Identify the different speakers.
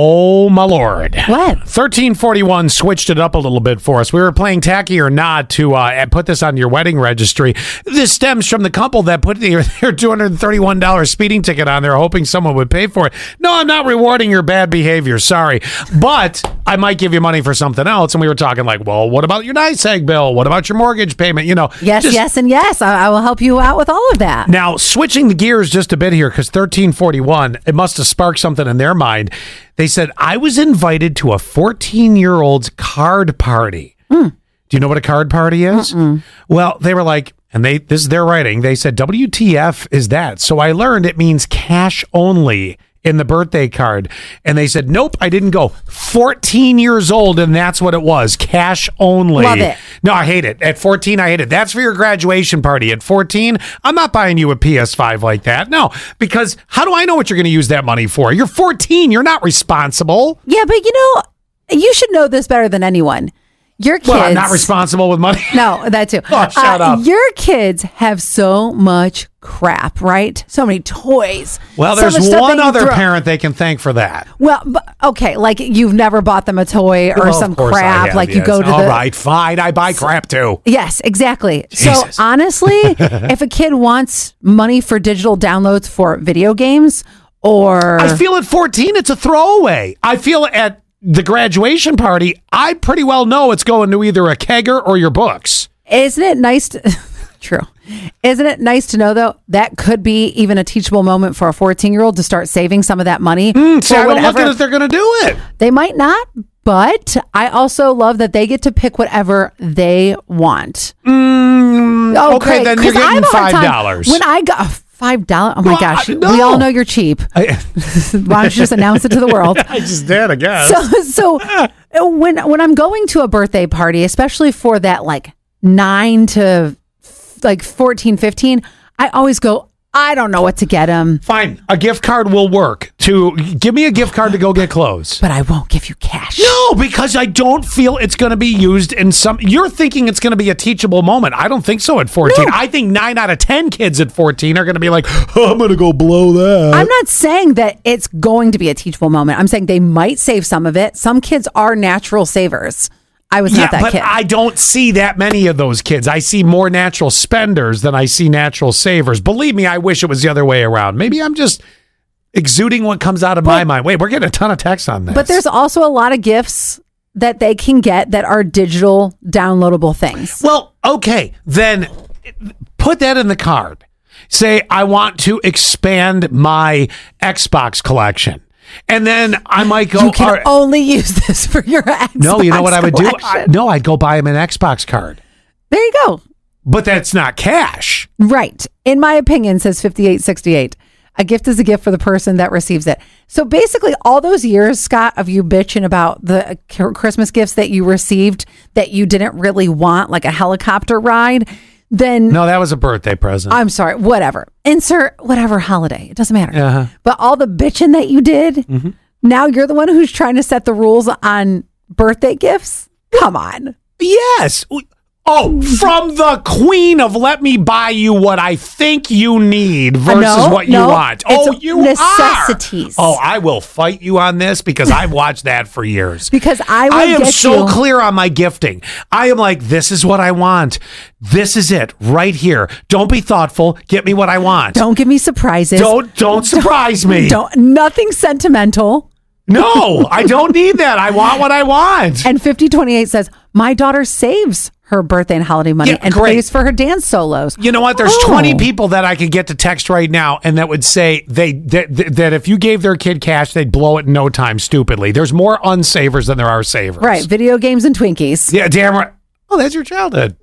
Speaker 1: Oh my lord.
Speaker 2: What?
Speaker 1: 1341 switched it up a little bit for us. We were playing Tacky or Not to uh, and put this on your wedding registry. This stems from the couple that put their, their $231 speeding ticket on there, hoping someone would pay for it. No, I'm not rewarding your bad behavior. Sorry. But I might give you money for something else. And we were talking like, well, what about your NYSEG bill? What about your mortgage payment? You know,
Speaker 2: Yes,
Speaker 1: just-
Speaker 2: yes, and yes. I, I will help you out with all of that.
Speaker 1: now, switching the gears just a bit here, because 1341, it must have sparked something in their mind. They said, I was invited to a 14 year old's card party. Do you know what a card party is? Well, they were like, and they this is their writing. They said, WTF is that? So I learned it means cash only in the birthday card. And they said, nope, I didn't go. 14 years old, and that's what it was cash only.
Speaker 2: Love it.
Speaker 1: No, I hate it. At 14, I hate it. That's for your graduation party. At 14, I'm not buying you a PS5 like that. No, because how do I know what you're going to use that money for? You're 14. You're not responsible.
Speaker 2: Yeah, but you know, you should know this better than anyone. Your kids.
Speaker 1: Well, I'm not responsible with money.
Speaker 2: No, that too. Uh,
Speaker 1: Oh, shut up.
Speaker 2: Your kids have so much crap, right? So many toys.
Speaker 1: Well,
Speaker 2: So
Speaker 1: there's
Speaker 2: much stuff that
Speaker 1: one
Speaker 2: you
Speaker 1: other
Speaker 2: throw-
Speaker 1: parent they can thank for that.
Speaker 2: Well, but, okay, like you've never bought them a toy or
Speaker 1: Well, of
Speaker 2: some
Speaker 1: course I
Speaker 2: crap.
Speaker 1: have,
Speaker 2: like you
Speaker 1: yes.
Speaker 2: go to
Speaker 1: All
Speaker 2: the
Speaker 1: right, fine. I buy crap too.
Speaker 2: Yes, exactly.
Speaker 1: Jesus.
Speaker 2: So honestly, if a kid wants money for digital downloads for video games or
Speaker 1: I feel at 14, it's a throwaway. I feel at the graduation party, I pretty well know it's going to either a kegger or your books.
Speaker 2: isn't it nice to true. Isn't it nice to know though that could be even a teachable moment for a 14-year-old to start saving some of that
Speaker 1: So
Speaker 2: money for
Speaker 1: Mm, I don't look
Speaker 2: whatever
Speaker 1: at it, they're going to do it.
Speaker 2: They might not, but I also love that they get to pick whatever they want. oh,
Speaker 1: Mm, okay,
Speaker 2: great,
Speaker 1: then
Speaker 2: 'cause
Speaker 1: you're
Speaker 2: I have
Speaker 1: getting
Speaker 2: a hard time.
Speaker 1: $5.
Speaker 2: When I got five dollars, oh my
Speaker 1: Well,
Speaker 2: gosh,
Speaker 1: I-
Speaker 2: we
Speaker 1: no.
Speaker 2: all know you're cheap.
Speaker 1: I,
Speaker 2: Why don't you just announce it to the world?
Speaker 1: I just did, I guess.
Speaker 2: So, so uh, when when I'm going to a birthday party, especially for that like nine to like 14, 15, I always go. I don't know what to get them,
Speaker 1: Fine. A gift card will work. To give me a gift card to go get clothes.
Speaker 2: but I won't give you cash.
Speaker 1: No, because I don't feel it's going to be used in some. You're thinking it's going to be a teachable moment. I don't think so at 14. I think nine out of 10 kids at 14 are going to be like, oh, I'm going to go blow that.
Speaker 2: I'm not saying that it's going to be a teachable moment. I'm saying they might save some of it. Some kids are natural savers. I was
Speaker 1: yeah,
Speaker 2: not that
Speaker 1: but
Speaker 2: kid.
Speaker 1: I don't see that many of those kids. I see more natural spenders than I see natural savers. Believe me, I wish it was the other way around. Maybe I'm just exuding what comes out of my mind. Wait, we're getting a ton of texts on this.
Speaker 2: but there's also a lot of gifts that they can get that are digital downloadable things.
Speaker 1: Well, okay, then put that in the card. Say I want to expand my Xbox collection, and then I might go.
Speaker 2: you can
Speaker 1: all right,
Speaker 2: only use this for your Xbox
Speaker 1: no, you know what I would do? I-
Speaker 2: collection.
Speaker 1: no, I'd go buy him an Xbox card,
Speaker 2: there you go.
Speaker 1: but that's not cash.
Speaker 2: Right. In my opinion, says 5868, a gift is a gift for the person that receives it. So basically, all those years, Scott, of you bitching about the uh, Christmas gifts that you received that you didn't really want, like a helicopter ride, then
Speaker 1: No, that was a birthday present.
Speaker 2: I'm sorry, whatever. Insert whatever holiday. It doesn't matter.
Speaker 1: Uh-huh. Mm-hmm.
Speaker 2: But all the bitching that you did, now you're the one who's trying to set the rules on birthday gifts. Come on.
Speaker 1: yes. Oh, from the queen of let me buy you what I think you need versus
Speaker 2: Uh, No,
Speaker 1: what you
Speaker 2: no,
Speaker 1: want.
Speaker 2: it's
Speaker 1: oh, you
Speaker 2: necessities.
Speaker 1: Are. Oh, I will fight you on this because I've watched that for years.
Speaker 2: Because I will
Speaker 1: I am
Speaker 2: get
Speaker 1: so
Speaker 2: you.
Speaker 1: clear on my gifting. I am like, this is what I want. This is it right here. Don't be thoughtful. Get me what I want.
Speaker 2: Don't give me surprises.
Speaker 1: don't, don't surprise me.
Speaker 2: Don't nothing sentimental.
Speaker 1: No, I don't need that. I want what I want.
Speaker 2: And fifty twenty eight says, My daughter saves her birthday and holiday money
Speaker 1: Yeah,
Speaker 2: and
Speaker 1: great.
Speaker 2: pays for her dance solos.
Speaker 1: You know what? There's
Speaker 2: Oh.
Speaker 1: 20 people that I could get to text right now and that would say they that, that if you gave their kid cash, they'd blow it in no time stupidly. There's more unsavers than there are savers.
Speaker 2: Right. Video games and Twinkies.
Speaker 1: Yeah, damn right. Oh, that's your childhood.